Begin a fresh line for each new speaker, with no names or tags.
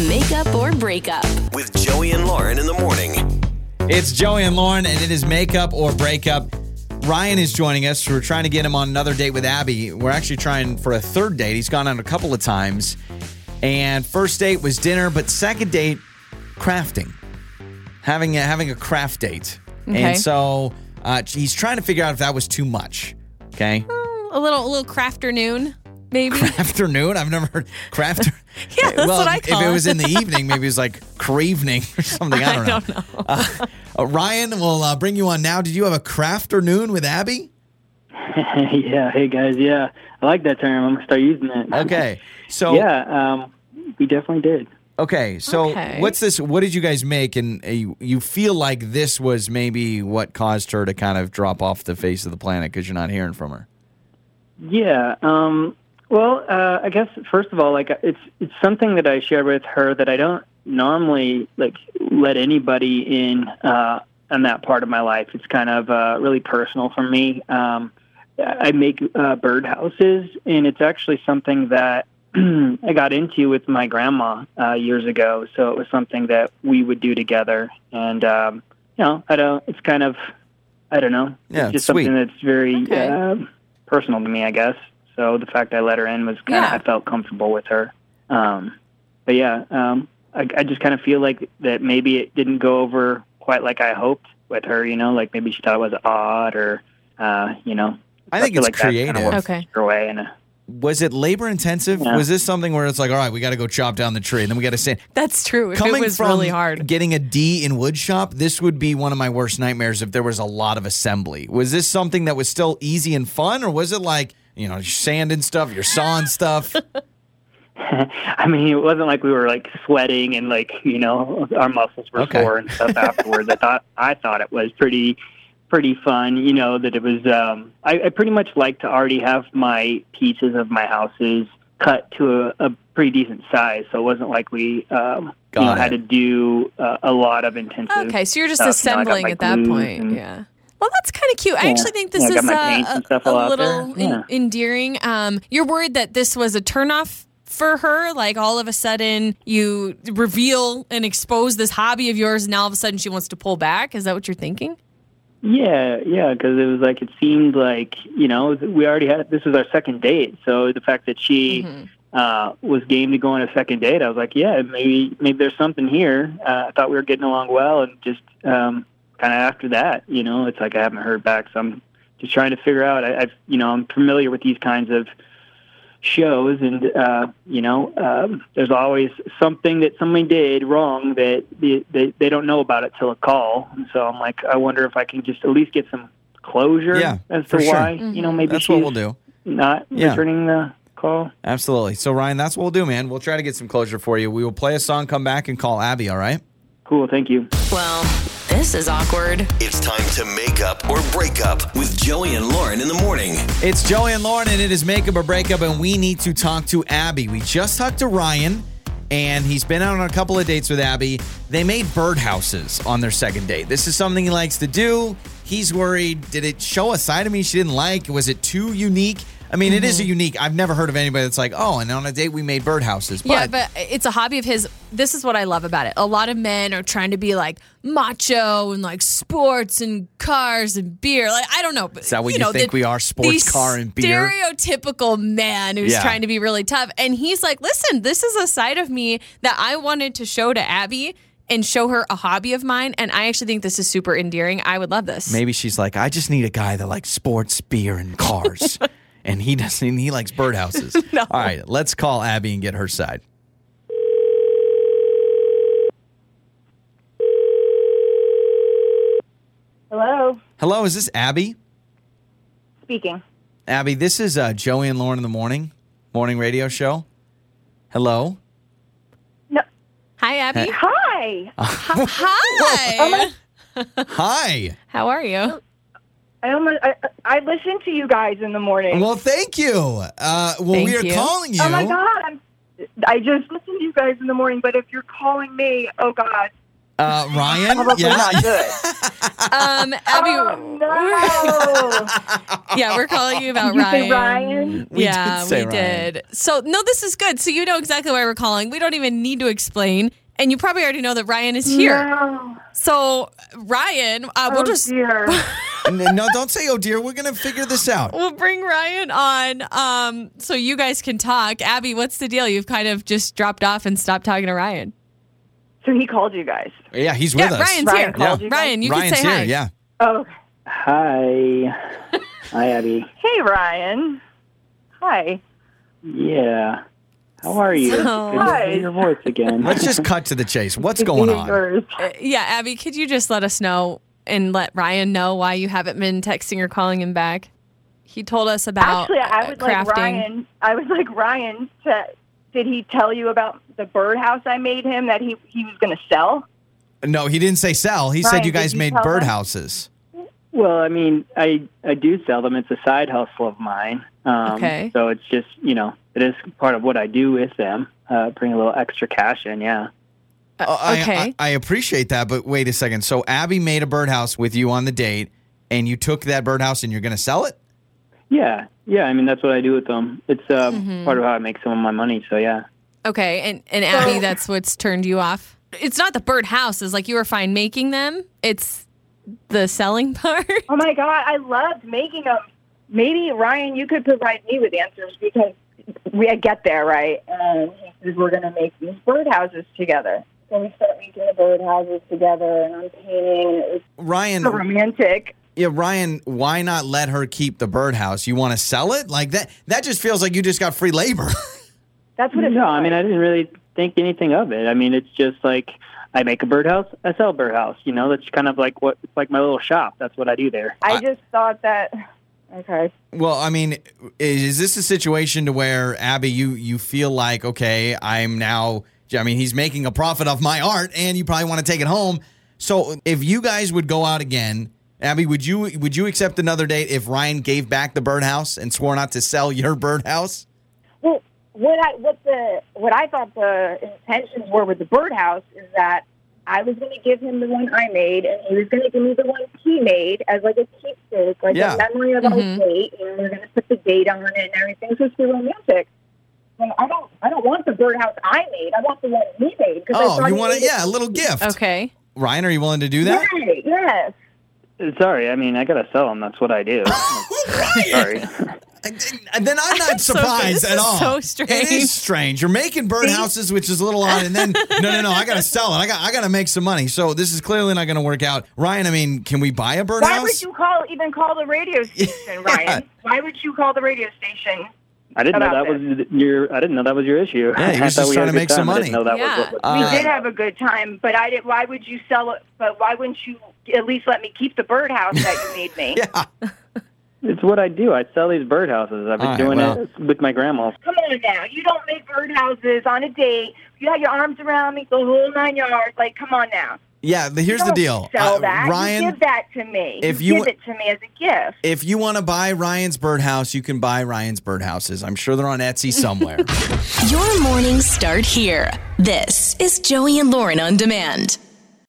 Makeup or breakup.
with Joey and Lauren in the morning.
It's Joey and Lauren, and it is makeup or breakup. Ryan is joining us. We're trying to get him on another date with Abby. We're actually trying for a third date. He's gone on a couple of times. And first date was dinner, but second date, crafting, having a, having a craft date.
Okay.
And so uh, he's trying to figure out if that was too much. Okay.
a little a little crafternoon, maybe.
Afternoon? I've never heard craft.
Yeah, that's
well,
what I call
If it
it.
was in the evening, maybe it was like cravening or something. I don't know. Uh, uh, Ryan, we'll uh, bring you on now. Did you have a crafternoon with Abby?
yeah. Hey guys. Yeah, I like that term. I'm gonna start using it.
Okay. So
Yeah. Um, we definitely did.
okay. So
Okay.
what's this? What did you guys make? And uh, you, you feel like this was maybe what caused her to kind of drop off the face of the planet because you're not hearing from her.
Yeah. Um, well, uh, I guess first of all, like uh, it's it's something that I share with her that I don't normally like let anybody in uh, on that part of my life. It's kind of uh, really personal for me. Um, I make uh, bird houses, and it's actually something that I got into with my grandma uh, years ago. So it was something that we would do together, and um, you know, I don't. It's kind of, I don't know.
Yeah,
it's just
sweet.
something that's very
Okay.
um, personal to me, I guess. So the fact I let her in was kind
Yeah.
of I felt comfortable with her. Um, but yeah, um, I, I just kind of feel like that maybe it didn't go over quite like I hoped with her. You know, like maybe she thought it was odd, or uh, you know,
I think
feel
it's
like that's kinda
creative.
what-
Okay.
her way. And uh,
Was it labor intensive?
Yeah.
Was this something where it's like, all right, we got to go chop down the tree, and then we got to sand?
That's true. If it was really hard.
getting a D in wood shop, this would be one of my worst nightmares if there was a lot of assembly. Was this something that was still easy and fun, or was it like, you know, you're sanding stuff, you're sawing stuff?
I mean, it wasn't like we were like sweating and like you know our muscles were
Okay.
sore and stuff afterwards. I thought I thought it was pretty pretty fun. You know that it was. Um, I, I pretty much like to already have my pieces of my houses cut to a, a pretty decent size, so it wasn't like we um, you know,
Got
had
it.
to do uh, a lot of intensive.
Okay, so you're just
stuff. You know, Oh,
assembling
I got my
at that
glues
point.
and-
yeah. Well, that's kind of cute. I
Yeah.
actually think this
Yeah, I
is
got my paints
uh,
and
a,
stuff
a
all out
little
there. Yeah.
en- endearing. Um, you're worried that this was a turnoff for her. Like all of a sudden, you reveal and expose this hobby of yours, and now all of a sudden she wants to pull back. Is that what you're thinking?
Yeah, yeah, because it was like it seemed like you know we already had this was our second date, so the fact that she
Mm-hmm.
uh, was game to go on a second date, I was like, yeah, maybe maybe there's something here. Uh, I thought we were getting along well, and just um, kind of after that, you know, it's like I haven't heard back, so I'm just trying to figure out. I, I've you know I'm familiar with these kinds of shows and uh you know um there's always something that somebody did wrong that they, they they don't know about it till a call and so i'm like i wonder if i can just at least get some closure
Yeah,
as to
for sure.
why you know maybe
That's
she's
what we'll do.
not
Yeah.
returning the call
Absolutely. So, Ryan, that's what we'll do, man. We'll try to get some closure for you. We will play a song, come back, and call Abby, all right?
cool thank you
Well, this is awkward.
It's time to make up or break up with Joey and Lauren in the morning.
It's Joey and Lauren, and it is Makeup or Breakup, and we need to talk to Abby. We just talked to Ryan, and he's been out on a couple of dates with Abby. They made birdhouses on their second date. This is something he likes to do. He's worried. Did it show a side of me she didn't like? Was it too unique? I mean, it is a unique. I've never heard of anybody that's like, oh, and on a date we made birdhouses. But,
yeah, but it's a hobby of his. This is what I love about it. A lot of men are trying to be like macho and like sports and cars and beer. Like I don't know. But,
Is that what you
know,
think we are, sports,
the
car, and beer?
Stereotypical man who's
Yeah.
trying to be really tough, and he's like, "Listen, this is a side of me that I wanted to show to Abby." And show her a hobby of mine, and I actually think this is super endearing. I would love this.
maybe she's like, I just need a guy that likes sports, beer, and cars. and he doesn't, and he likes birdhouses. All right, let's call Abby and get her side.
Hello,
Hello, is this Abby?
speaking.
Abby, this is uh, Joey and Lauren in the morning, morning radio show. Hello.
Hi, Abby.
Hi.
Hi.
Hi.
How are you?
I almost I, I listen to you guys in the morning.
Well, thank you. Uh, well,
Thank
we are
you.
calling you.
oh my god, I'm, I just listened to you guys in the morning. But if you're calling me, oh god,
Uh, Ryan,
Probably
yeah,
not good.
Um, Abby,
Oh, no.
yeah, we're calling you about
Oh, you
Ryan.
say Ryan?
We did
yeah,
say
we
Ryan.
did. So no, this is good. So you know exactly why we're calling. We don't even need to explain, and you probably already know that Ryan is here.
No.
So Ryan, uh, we'll
Oh,
just
dear.
N- no, don't say, oh dear, we're gonna figure this out.
we'll bring Ryan on, um, so you guys can talk. Abby, what's the deal? You've kind of just dropped off and stopped talking to Ryan.
So he called you guys.
Yeah, he's with
Yeah,
us.
Ryan's
Ryan
here.
called you guys?
Ryan, you
Ryan's
can say
here.
hi.
Yeah,
Oh,
Hi. Hi, Abby.
hey, Ryan. Hi.
Yeah. How are you? Good
So-
to hear your voice again.
let's just cut to the chase. What's going on?
Yours.
Uh, yeah, Abby, could you just let us know and let Ryan know why you haven't been texting or calling him back? He told us about
Actually, I
uh,
was
crafting.
like Ryan. I was like Ryan. To, did he tell you about the birdhouse I made him that he he was going to sell?
No, he didn't say sell. He said
Ryan,
you
did
guys
you
made
tell them?
birdhouses.
Well, I mean, I I do sell them. It's a side hustle of mine. Um,
Okay.
So it's just you know it is part of what I do with them. Uh, bring a little extra cash in. Yeah.
Uh, I-
okay.
I, I appreciate that, but wait a second. So Abby made a birdhouse with you on the date, and you took that birdhouse and you're gonna sell it?
Yeah. Yeah. I mean, that's what I do with them. It's uh, part of how I make some of my money. So yeah.
okay, and and Abby, that's what's turned you off. It's not the birdhouse. Is like you were fine making them. It's the selling part.
Oh my god, I loved making them. Maybe Ryan, you could provide me with answers because we I get there right, and he says we're going to make these birdhouses together. So we start making the birdhouses together, and I'm painting, and it was so
Ryan,
romantic.
yeah, Ryan, why not let her keep the birdhouse? You want to sell it? Like that? That just feels like you just got free labor.
That's what it
No,
felt
I mean, I
like.
didn't really think anything of it. I mean, it's just like I make a birdhouse, I sell birdhouse. You know, that's kind of like what it's like my little shop. That's what I do there.
I just thought that. Okay.
Well, I mean, is, is this a situation to where Abby, you you feel like okay, I'm now. I mean, he's making a profit off my art, and you probably want to take it home. So, if you guys would go out again, Abby, would you would you accept another date if Ryan gave back the birdhouse and swore not to sell your birdhouse?
Well, what I what the what I thought the intentions were with the birdhouse is that I was going to give him the one I made, and he was going to give me the one he made as like a keepsake, like
Yeah.
a memory of
Mhm.
our date, and we are going to put the date on it and everything. So it's romantic. And I don't I don't want the birdhouse I made. I want the one he made. 'cause I
Oh,
thought
you
he
want to
made it-
yeah, a little gift.
Okay.
Ryan, are you willing to do that?
Right, yes.
Sorry, I mean, I gotta sell them. That's what I do. Sorry.
And and then I'm not
So
surprised
this
at
is
all.
so
It
strange.
is strange. You're making birdhouses, which is a little odd, and then no, no, no. I gotta sell it. I got, I gotta make some money. So this is clearly not gonna work out. Ryan, I mean, can we buy a
Why
birdhouse?
would you call even call the radio station, Ryan? Why would you call the radio station?
I didn't know
About
that was your. I didn't know that was your issue.
Yeah, he
I
was
thought
just
we
trying
had
to
a good
make some
time. I
money.
didn't know that
Yeah.
was what
We
Uh,
did have a good time, but I did. Why would you sell it? But why wouldn't you at least let me keep the birdhouse that you made me?
yeah.
it's what I do. I sell these birdhouses. I've been
All right,
doing
well-
it with my grandma.
Come on now, you don't make birdhouses on a date. You have your arms around me the whole nine yards. Like, come on now.
Yeah. The, here's the
Don't
deal,
Sell
Uh,
that. You
Ryan.
give that to me.
if you
give
w-
it to me as a gift.
If you want to buy Ryan's birdhouse, you can buy Ryan's birdhouses. I'm sure they're on Etsy somewhere.
Your mornings start here. This is Joey and Lauren on demand.